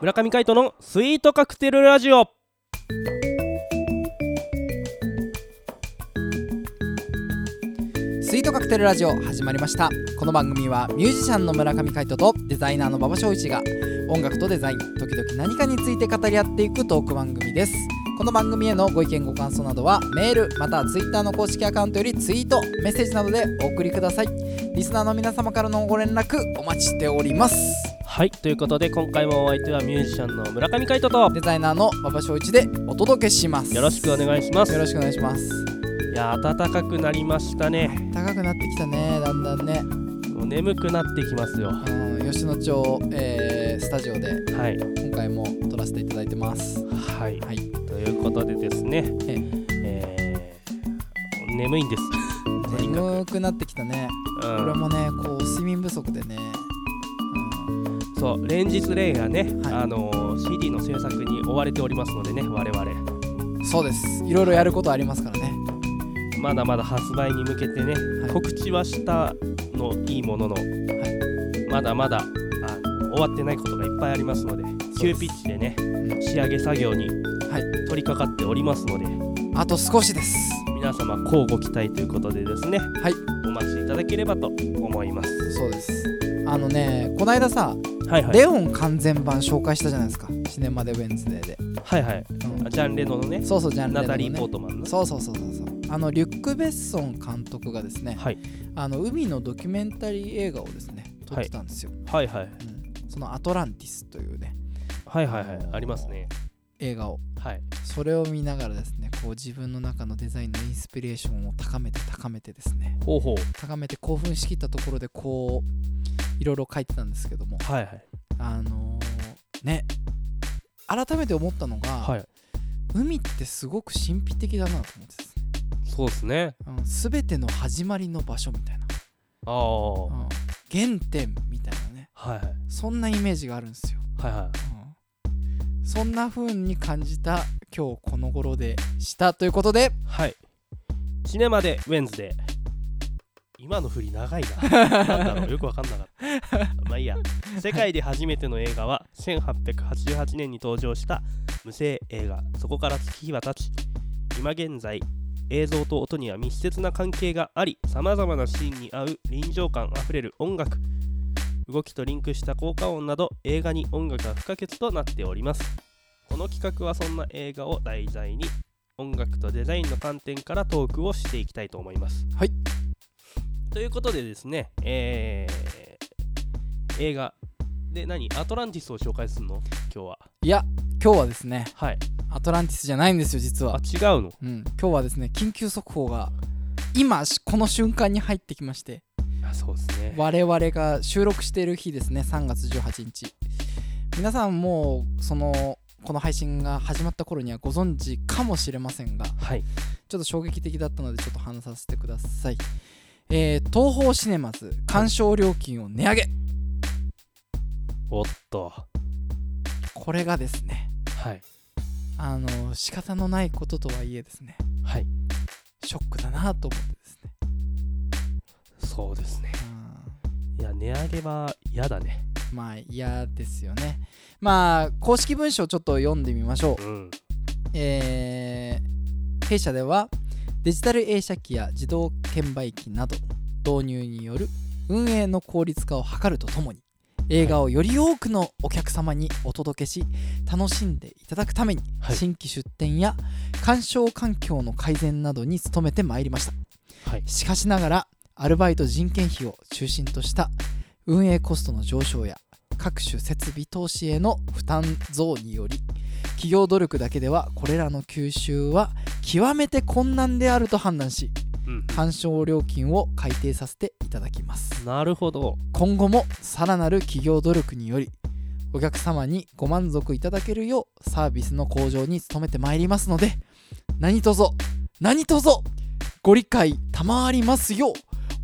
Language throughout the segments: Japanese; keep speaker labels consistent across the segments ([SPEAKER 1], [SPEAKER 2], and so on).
[SPEAKER 1] 村上海斗のスイートカクテルラジオ
[SPEAKER 2] スイートカクテルラジオ始まりましたこの番組はミュージシャンの村上海人とデザイナーの馬場翔一が音楽とデザイン時々何かについて語り合っていくトーク番組ですこの番組へのご意見ご感想などはメールまたはツイッターの公式アカウントよりツイートメッセージなどでお送りくださいリスナーの皆様からのご連絡お待ちしております
[SPEAKER 1] はいということで今回もお相手はミュージシャンの村上海人と
[SPEAKER 2] デザイナーの馬場翔一でお届けします
[SPEAKER 1] よろしくお願いします
[SPEAKER 2] よろしくお願いします
[SPEAKER 1] いやー暖かくなりましたね
[SPEAKER 2] 高くなってきたねだんだんね
[SPEAKER 1] もう眠くなってきますよは
[SPEAKER 2] うん吉野町、えースタジオで
[SPEAKER 1] い
[SPEAKER 2] 今回も撮らせていただいてます
[SPEAKER 1] はい
[SPEAKER 2] はい
[SPEAKER 1] ということでですね
[SPEAKER 2] え
[SPEAKER 1] えー眠いんですとにかく
[SPEAKER 2] 眠くなってきたね、
[SPEAKER 1] うん
[SPEAKER 2] 俺もねこう睡眠不足でね、うん
[SPEAKER 1] そう連日レイがね、
[SPEAKER 2] はい
[SPEAKER 1] あのー CD の制作に追われておりますのでね我々
[SPEAKER 2] そうですいろいろやることありますからね
[SPEAKER 1] まだまだ発売に向けてね、
[SPEAKER 2] はい
[SPEAKER 1] 告知はしたのいいものの、まだまだあの終わってないことがいっぱいありますので
[SPEAKER 2] す
[SPEAKER 1] 急ピッチでね
[SPEAKER 2] ん
[SPEAKER 1] 仕上げ作業に
[SPEAKER 2] はい
[SPEAKER 1] 取り掛かっておりますので、
[SPEAKER 2] あと少しです
[SPEAKER 1] 皆様乞うご期待ということでですね、
[SPEAKER 2] はい
[SPEAKER 1] お待ちいただければと思います
[SPEAKER 2] そうですあのねこないださ、
[SPEAKER 1] はいはい
[SPEAKER 2] レオン完全版紹介したじゃないですかシネマでウェンズデーで、
[SPEAKER 1] はいはい
[SPEAKER 2] うん
[SPEAKER 1] あジャン・レノのね
[SPEAKER 2] そうそうジャンル
[SPEAKER 1] ナタリー・ポートマンの
[SPEAKER 2] そうそうそうそうそうあのリュック・ベッソン監督がですね
[SPEAKER 1] はい
[SPEAKER 2] あの海のドキュメンタリー映画をですね撮ってたんですよ、
[SPEAKER 1] はいはい
[SPEAKER 2] うんその「アトランティス」というね
[SPEAKER 1] はいはいはいありますね
[SPEAKER 2] 映画を
[SPEAKER 1] はい
[SPEAKER 2] それを見ながらですねこう自分の中のデザインのインスピレーションを高めて高めてですね
[SPEAKER 1] ほうほう
[SPEAKER 2] 高めて興奮しきったところでこういろいろ書いてたんですけども
[SPEAKER 1] はいはい
[SPEAKER 2] あのーね改めて思ったのが、
[SPEAKER 1] はい
[SPEAKER 2] 海ってすごく神秘的だなと思ってですね
[SPEAKER 1] そうですね
[SPEAKER 2] うん、全ての始まりの場所みたいな、
[SPEAKER 1] ああ
[SPEAKER 2] うん、原点みたいなね
[SPEAKER 1] はい
[SPEAKER 2] そんなイメージがあるんですよ、
[SPEAKER 1] はいは
[SPEAKER 2] うん、そんな風に感じた今日この頃でしたということで
[SPEAKER 1] いはいシネマでウェンズデー今の振り長いななんだろうよくわかんなかったまあいいや世界で初めての映画は1888年に登場した無声映画そこから月日は経ち今現在映像と音には密接な関係がありさまざまなシーンに合う臨場感あふれる音楽動きとリンクした効果音など映画に音楽が不可欠となっておりますこの企画はそんな映画を題材に音楽とデザインの観点からトークをしていきたいと思います。
[SPEAKER 2] はい
[SPEAKER 1] ということでですね、えー映画で何アトランティスを紹介するの今日は。
[SPEAKER 2] いや今日はですね
[SPEAKER 1] はい。
[SPEAKER 2] アトランティスじゃないんですよ実
[SPEAKER 1] あ
[SPEAKER 2] は、
[SPEAKER 1] 違うの
[SPEAKER 2] うん、今日はですね緊急速報が今しこの瞬間に入ってきまして
[SPEAKER 1] あそうですね。
[SPEAKER 2] 我々が収録している日ですね3月18日皆さんもうそのこの配信が始まった頃にはご存知かもしれませんが
[SPEAKER 1] はい。
[SPEAKER 2] ちょっと衝撃的だったのでちょっと話させてください、えー東宝シネマズ鑑賞料金を値上げ
[SPEAKER 1] おっと。
[SPEAKER 2] これがですね
[SPEAKER 1] はい。
[SPEAKER 2] あの仕方のないこととはいえですね
[SPEAKER 1] はい。
[SPEAKER 2] ショックだなと思ってですね
[SPEAKER 1] そうですね。
[SPEAKER 2] うん
[SPEAKER 1] いや、値上げは嫌だね。
[SPEAKER 2] まあ嫌ですよね。まあ公式文書をちょっと読んでみましょう。
[SPEAKER 1] うん。
[SPEAKER 2] えー弊社ではデジタル映写機や自動券売機など導入による運営の効率化を図るとともに映画をより多くのお客様にお届けし楽しんでいただくために
[SPEAKER 1] はい
[SPEAKER 2] 新規出展や鑑賞環境の改善などに努めてまいりました。
[SPEAKER 1] はい。
[SPEAKER 2] しかしながらアルバイト人件費を中心とした運営コストの上昇や各種設備投資への負担増により企業努力だけではこれらの吸収は極めて困難であると判断し
[SPEAKER 1] うん。
[SPEAKER 2] 鑑賞料金を改定させていただきます
[SPEAKER 1] なるほど。
[SPEAKER 2] 今後もさらなる企業努力によりお客様にご満足いただけるようサービスの向上に努めてまいりますので何卒何卒ご理解賜りますよう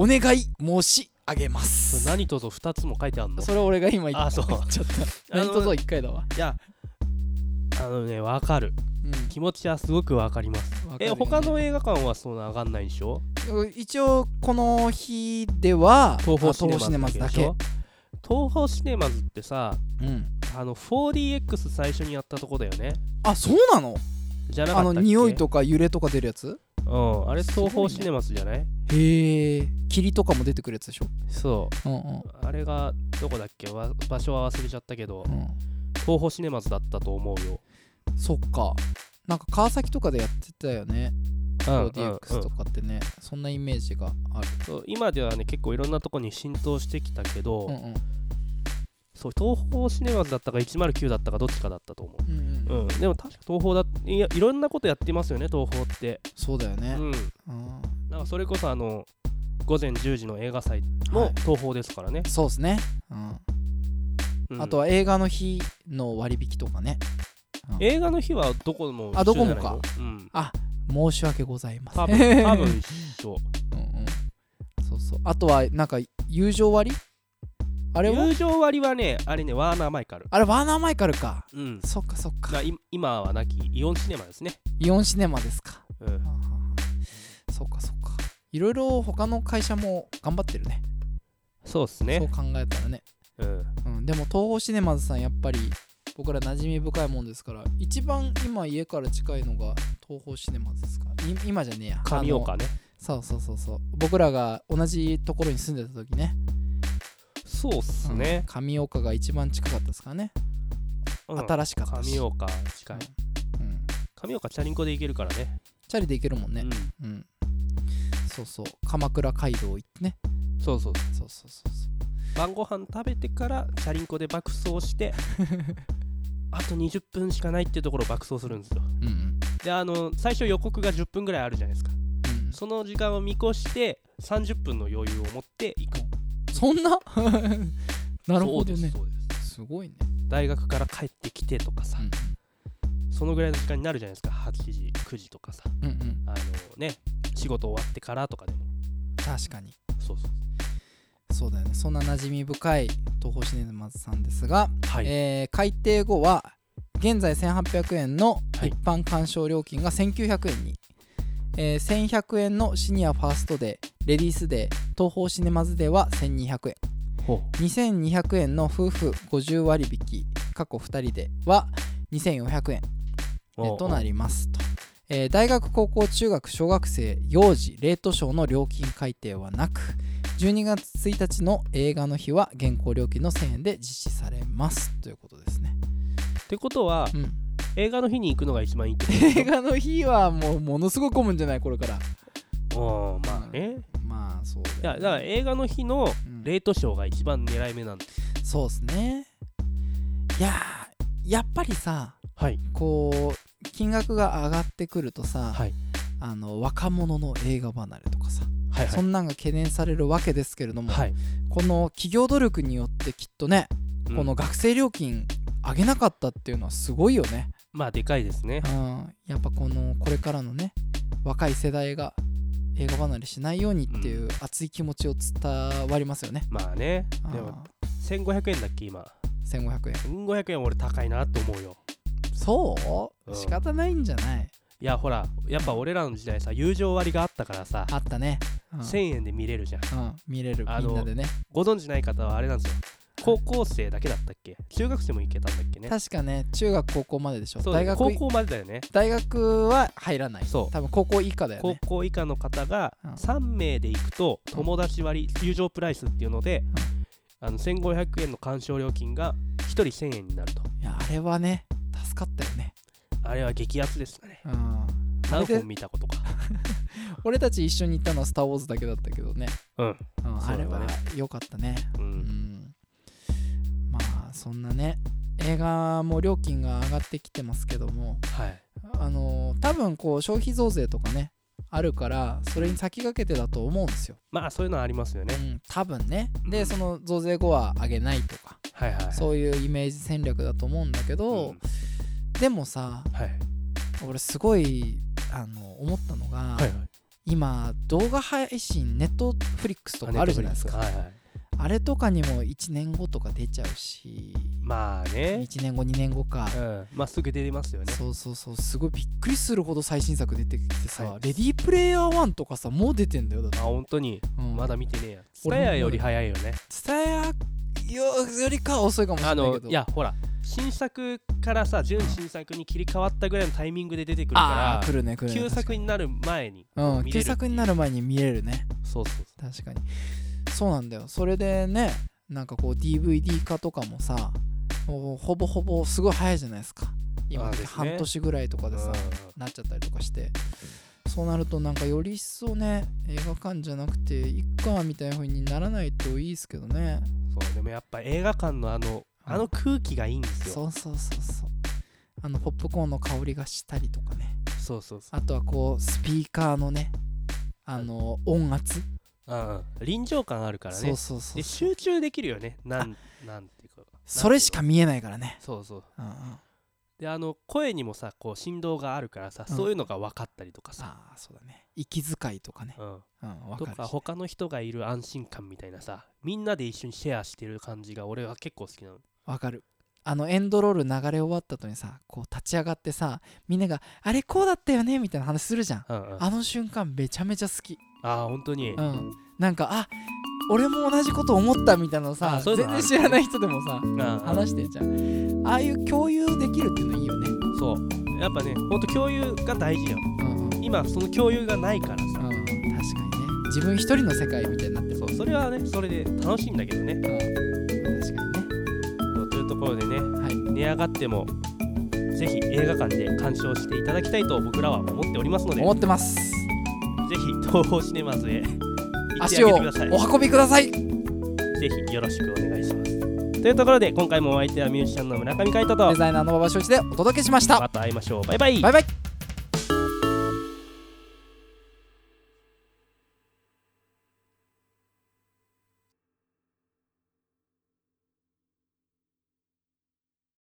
[SPEAKER 2] お願い申し上げま
[SPEAKER 1] それ
[SPEAKER 2] す
[SPEAKER 1] 何とぞ2つも書いてあるの
[SPEAKER 2] それ俺が今言っ
[SPEAKER 1] あそう
[SPEAKER 2] ちょっと
[SPEAKER 1] あの
[SPEAKER 2] 何卒1回だわ
[SPEAKER 1] いや、あのね、わかる。
[SPEAKER 2] うん
[SPEAKER 1] 気持ちはすごくわかります。
[SPEAKER 2] わかる
[SPEAKER 1] え、
[SPEAKER 2] よね
[SPEAKER 1] 他の映画館はそんな上がんないでしょ
[SPEAKER 2] 一応この日では
[SPEAKER 1] 東
[SPEAKER 2] あ
[SPEAKER 1] 宝シネマズ
[SPEAKER 2] 東宝シネマズだけ
[SPEAKER 1] でしょ東宝シネマズってさ
[SPEAKER 2] うん
[SPEAKER 1] あの 4DX 最初にやったとこだよね
[SPEAKER 2] あそうなの
[SPEAKER 1] じゃなか
[SPEAKER 2] あ
[SPEAKER 1] った
[SPEAKER 2] の
[SPEAKER 1] っけ
[SPEAKER 2] 匂いとか揺れとか出るやつ
[SPEAKER 1] うんあれ
[SPEAKER 2] すご
[SPEAKER 1] 東
[SPEAKER 2] いね
[SPEAKER 1] 宝シネマズじゃない
[SPEAKER 2] へえ霧とかも出てくるやつでしょ
[SPEAKER 1] そ
[SPEAKER 2] うんうん
[SPEAKER 1] うあれがどこだっけわ場所は忘れちゃったけど
[SPEAKER 2] うん
[SPEAKER 1] 東宝シネマズだったと思うよ
[SPEAKER 2] そっかなんか川崎とかでやってたよね 4DX とかってねそんなイメージがある
[SPEAKER 1] そう今ではね結構いろんなとこに浸透してきたけど、
[SPEAKER 2] うんうん
[SPEAKER 1] そう東宝シネマズだったか109だったかどっちかだったと思う
[SPEAKER 2] うんうん
[SPEAKER 1] うん、でも確か東宝だいやいろんなことやってますよね東宝って、
[SPEAKER 2] そうだよ
[SPEAKER 1] う
[SPEAKER 2] ね
[SPEAKER 1] ん、
[SPEAKER 2] うん
[SPEAKER 1] なんかそれこそあの午前10時の映画祭も
[SPEAKER 2] はい
[SPEAKER 1] 東宝ですからね、
[SPEAKER 2] そうですねうん
[SPEAKER 1] うん
[SPEAKER 2] あとは映画の日の割引とかね
[SPEAKER 1] 映画の日はどこも一緒
[SPEAKER 2] あどこ
[SPEAKER 1] じ
[SPEAKER 2] も
[SPEAKER 1] ゃないの
[SPEAKER 2] か
[SPEAKER 1] うん、
[SPEAKER 2] 申し訳ござい
[SPEAKER 1] 多
[SPEAKER 2] ません
[SPEAKER 1] 分多分一緒
[SPEAKER 2] うんうんそうそうあとはなんか友情割あれは
[SPEAKER 1] 友情割はねあれねワーナーマイカル
[SPEAKER 2] あれワーナーマイカルか
[SPEAKER 1] うん
[SPEAKER 2] そっかそっか
[SPEAKER 1] がい今はなきイオンシネマですね、
[SPEAKER 2] イオンシネマですか
[SPEAKER 1] うん
[SPEAKER 2] は、あはあはあそっかそっかいろいろ他の会社も頑張ってるね
[SPEAKER 1] そうっす
[SPEAKER 2] そう
[SPEAKER 1] ね
[SPEAKER 2] 考えたらね、
[SPEAKER 1] うん
[SPEAKER 2] うん、でも東宝シネマズさんやっぱり僕ら馴染み深いもんですから一番今家から近いのが東宝シネマズですからい今じゃねえや
[SPEAKER 1] 神岡ね
[SPEAKER 2] あのそうそうそうそう僕らが同じところに住んでた時ね
[SPEAKER 1] そうっす
[SPEAKER 2] うん
[SPEAKER 1] ね、
[SPEAKER 2] 上岡が一番近かったですからね、
[SPEAKER 1] うん
[SPEAKER 2] 新しかったし
[SPEAKER 1] 神岡近い
[SPEAKER 2] うん、
[SPEAKER 1] 神岡チャリンコで行けるからね
[SPEAKER 2] チャリで行けるもんね
[SPEAKER 1] うん
[SPEAKER 2] うん、そうそう鎌倉街道行ってね
[SPEAKER 1] そうそう
[SPEAKER 2] そうそうそうそ
[SPEAKER 1] 晩ご飯食べてからチャリンコで爆走して あと20分しかないってところを爆走するんですよ
[SPEAKER 2] ううんうん
[SPEAKER 1] であの最初予告が10分ぐらいあるじゃないですか
[SPEAKER 2] うん
[SPEAKER 1] その時間を見越して30分の余裕を持って行く
[SPEAKER 2] そんな なるほど
[SPEAKER 1] そう
[SPEAKER 2] ね
[SPEAKER 1] ですそうです
[SPEAKER 2] すごいね、
[SPEAKER 1] 大学から帰ってきてとかさ、そのぐらいの時間になるじゃないですか8時9時とかさ
[SPEAKER 2] うん、うんうん
[SPEAKER 1] あのね仕事終わってからとかでも
[SPEAKER 2] 確かに
[SPEAKER 1] そうそう
[SPEAKER 2] そうだよねそんな馴染み深い東宝シネマズさんですが、
[SPEAKER 1] はい、
[SPEAKER 2] えー改定後は現在1800円の
[SPEAKER 1] はい
[SPEAKER 2] 一般鑑賞料金が1900円に、えー1100円のシニアファーストデーレディースデー東宝シネマズデーは1200円
[SPEAKER 1] ほ
[SPEAKER 2] 2200円の夫婦50割引過去2人では2400円
[SPEAKER 1] う
[SPEAKER 2] え
[SPEAKER 1] おう
[SPEAKER 2] となりますと、えー大学高校中学小学生幼児レート賞の料金改定はなく12月1日の映画の日は現行料金の1000円で実施されますということですね、
[SPEAKER 1] ってことは
[SPEAKER 2] うん、
[SPEAKER 1] 映画の日に行くのが一番いいってこ
[SPEAKER 2] 映画の日はもうものすごい混むんじゃないこれから
[SPEAKER 1] とうんまあね
[SPEAKER 2] まあそう
[SPEAKER 1] いや
[SPEAKER 2] ね
[SPEAKER 1] だから映画の日の
[SPEAKER 2] うん
[SPEAKER 1] レートショーが一番狙い目なんです
[SPEAKER 2] そうですねいやーやっぱりさ
[SPEAKER 1] はい
[SPEAKER 2] こう金額が上がってくるとさ、
[SPEAKER 1] はい
[SPEAKER 2] あの若者の映画離れとかさ、
[SPEAKER 1] はいは
[SPEAKER 2] そんなんが懸念されるわけですけれども、
[SPEAKER 1] はい
[SPEAKER 2] この企業努力によってきっとね、
[SPEAKER 1] うん
[SPEAKER 2] この学生料金上げなかったっていうのはすごいよね、
[SPEAKER 1] まあでかいですね
[SPEAKER 2] うん、やっぱこのこれからのね若い世代が映画離れしないようにっていう熱い気持ちを伝わりますよね、
[SPEAKER 1] まあね
[SPEAKER 2] あー
[SPEAKER 1] でも1500円だっけ今
[SPEAKER 2] 1500円
[SPEAKER 1] 1500円は俺高いなと思うよ
[SPEAKER 2] そう、
[SPEAKER 1] うん
[SPEAKER 2] 仕方ないんじゃない
[SPEAKER 1] いやほらやっぱ俺らの時代さ友情割があったからさ
[SPEAKER 2] あったね、うん
[SPEAKER 1] 1000円で見れるじゃん
[SPEAKER 2] うん、見れる
[SPEAKER 1] あ
[SPEAKER 2] み
[SPEAKER 1] の
[SPEAKER 2] んなでね
[SPEAKER 1] ご存知ない方はあれなんですよ高校生だけだったっけ中学生も行けたんだっけね
[SPEAKER 2] 確かね中学高校まででしょ
[SPEAKER 1] そうだ
[SPEAKER 2] 大
[SPEAKER 1] ね
[SPEAKER 2] 学
[SPEAKER 1] 高校までだよね
[SPEAKER 2] 大学は入らない
[SPEAKER 1] そう
[SPEAKER 2] 多分高校以下だよ
[SPEAKER 1] 高
[SPEAKER 2] ね
[SPEAKER 1] 校以下の方が
[SPEAKER 2] うん
[SPEAKER 1] 3名で行くと友達割友情プライスっていうのであの1500円の鑑賞料金が1人1000円になると
[SPEAKER 2] いやあれはね助かったよね
[SPEAKER 1] あれは激アツですね
[SPEAKER 2] うんあれ
[SPEAKER 1] 何
[SPEAKER 2] で
[SPEAKER 1] 本見たことか
[SPEAKER 2] 俺たち一緒に行ったのは「スター・ウォーズ」だけだったけどね、
[SPEAKER 1] うん
[SPEAKER 2] うん
[SPEAKER 1] そう
[SPEAKER 2] あ
[SPEAKER 1] だね
[SPEAKER 2] れは良かったね
[SPEAKER 1] う
[SPEAKER 2] うんんまあそんなね映画も料金が上がってきてますけども
[SPEAKER 1] はい
[SPEAKER 2] あの多分こう消費増税とかねあるからそれに先駆けてだと思うんですよ、
[SPEAKER 1] まあそういうのはありますよね
[SPEAKER 2] うん、多分ね
[SPEAKER 1] う
[SPEAKER 2] で
[SPEAKER 1] ん
[SPEAKER 2] その増税後は上げないとか
[SPEAKER 1] はいはいはい
[SPEAKER 2] そういうイメージ戦略だと思うんだけど、
[SPEAKER 1] うん
[SPEAKER 2] でもさ
[SPEAKER 1] はい
[SPEAKER 2] 俺すごいあの思ったのが、
[SPEAKER 1] はいはい
[SPEAKER 2] 今動画配信ネットフリックスとかあるじゃないですか
[SPEAKER 1] はいはい
[SPEAKER 2] あれとかにも1年後とか出ちゃうし
[SPEAKER 1] まあね
[SPEAKER 2] 1年後2年後か、
[SPEAKER 1] うんまあすぐ出れますよね
[SPEAKER 2] そうそうそうすごいびっくりするほど最新作出てきてさ、
[SPEAKER 1] はい
[SPEAKER 2] レディープレイヤー1とかさもう出てんだよだって
[SPEAKER 1] あ本当に
[SPEAKER 2] うん
[SPEAKER 1] まだ見てねえや
[SPEAKER 2] 俺
[SPEAKER 1] 俺
[SPEAKER 2] も
[SPEAKER 1] らより早いよね
[SPEAKER 2] 伝えよよりかは遅いかもしれな
[SPEAKER 1] あ
[SPEAKER 2] いけど
[SPEAKER 1] のいやほら新作からさ純新作に切り替わったぐらいのタイミングで出てくるか
[SPEAKER 2] あー来るね来
[SPEAKER 1] ら
[SPEAKER 2] るね
[SPEAKER 1] 旧作になる前に
[SPEAKER 2] う
[SPEAKER 1] 見れ
[SPEAKER 2] ん
[SPEAKER 1] る
[SPEAKER 2] 旧作になる前に見れるね
[SPEAKER 1] そうそうそ
[SPEAKER 2] 確かにそうなんだよそれでねなんかこう DVD 化とかもさもうほぼほぼすごい早いじゃないですか今
[SPEAKER 1] あーですね
[SPEAKER 2] 半年ぐらいとか
[SPEAKER 1] う
[SPEAKER 2] でさなっちゃったりとかしてそうなるとなんかより一層ね映画館じゃなくていっかみたいな風にならないといいですけどね
[SPEAKER 1] うんそうでもやっぱ映画館のあのあの空気がいいんですよ
[SPEAKER 2] そうそうそうそうあのポップコーンの香りがしたりとかね
[SPEAKER 1] そうそうそう
[SPEAKER 2] あとはこうスピーカーのねあの音圧、
[SPEAKER 1] うんうん臨場感あるから
[SPEAKER 2] そう
[SPEAKER 1] ね
[SPEAKER 2] そうそう
[SPEAKER 1] で集中できるよねなんなんていうか
[SPEAKER 2] それしか見えないからね
[SPEAKER 1] そうそう
[SPEAKER 2] うんうん
[SPEAKER 1] であの声にもさこう振動があるからさ、
[SPEAKER 2] うん
[SPEAKER 1] そういうのが分かったりとかさ、
[SPEAKER 2] ああそうだね息遣いとかね
[SPEAKER 1] うん、
[SPEAKER 2] うんわ
[SPEAKER 1] と
[SPEAKER 2] かる
[SPEAKER 1] か
[SPEAKER 2] し
[SPEAKER 1] 他の人がいる安心感みたいなさみんなで一緒にシェアしてる感じが俺は結構好きなの
[SPEAKER 2] わかるあのエンドロール流れ終わった後にさこう立ち上がってさみんなが「あれこうだったよね」みたいな話するじゃん
[SPEAKER 1] うんうん、あ
[SPEAKER 2] あの瞬間めちゃめちゃ好き
[SPEAKER 1] あー本当に、
[SPEAKER 2] うんなんかあ俺も同じこと思ったみたいなのさ
[SPEAKER 1] あそういう
[SPEAKER 2] 全
[SPEAKER 1] のあ
[SPEAKER 2] 然
[SPEAKER 1] る
[SPEAKER 2] 知らない人でもさ
[SPEAKER 1] あー
[SPEAKER 2] 話してんじゃんああいう共有できるっていうのいいよね
[SPEAKER 1] そうやっぱねほんと共有が大事だよ
[SPEAKER 2] うんうん
[SPEAKER 1] 今その共有がないからさ、
[SPEAKER 2] 確かにね自分一人の世界みたいになってる
[SPEAKER 1] そうそれはねそれで楽しいんだけどね
[SPEAKER 2] うん確かにね
[SPEAKER 1] そうというところでね
[SPEAKER 2] はい
[SPEAKER 1] 値上がってもぜひ映画館で鑑賞していただきたいと僕らは思っておりますのでぜ
[SPEAKER 2] 思ってます
[SPEAKER 1] ひ東宝シネマズへ行って
[SPEAKER 2] 足
[SPEAKER 1] あ
[SPEAKER 2] を
[SPEAKER 1] げて
[SPEAKER 2] お
[SPEAKER 1] ください
[SPEAKER 2] 運びくださ
[SPEAKER 1] ぜ
[SPEAKER 2] い
[SPEAKER 1] ひよろしくお願いします。というところで今回もお相手はミュージシャンの村上海人と
[SPEAKER 2] デザイナーの馬場正一でお届けしました
[SPEAKER 1] また会いましょう。バイバイ
[SPEAKER 2] バイバイ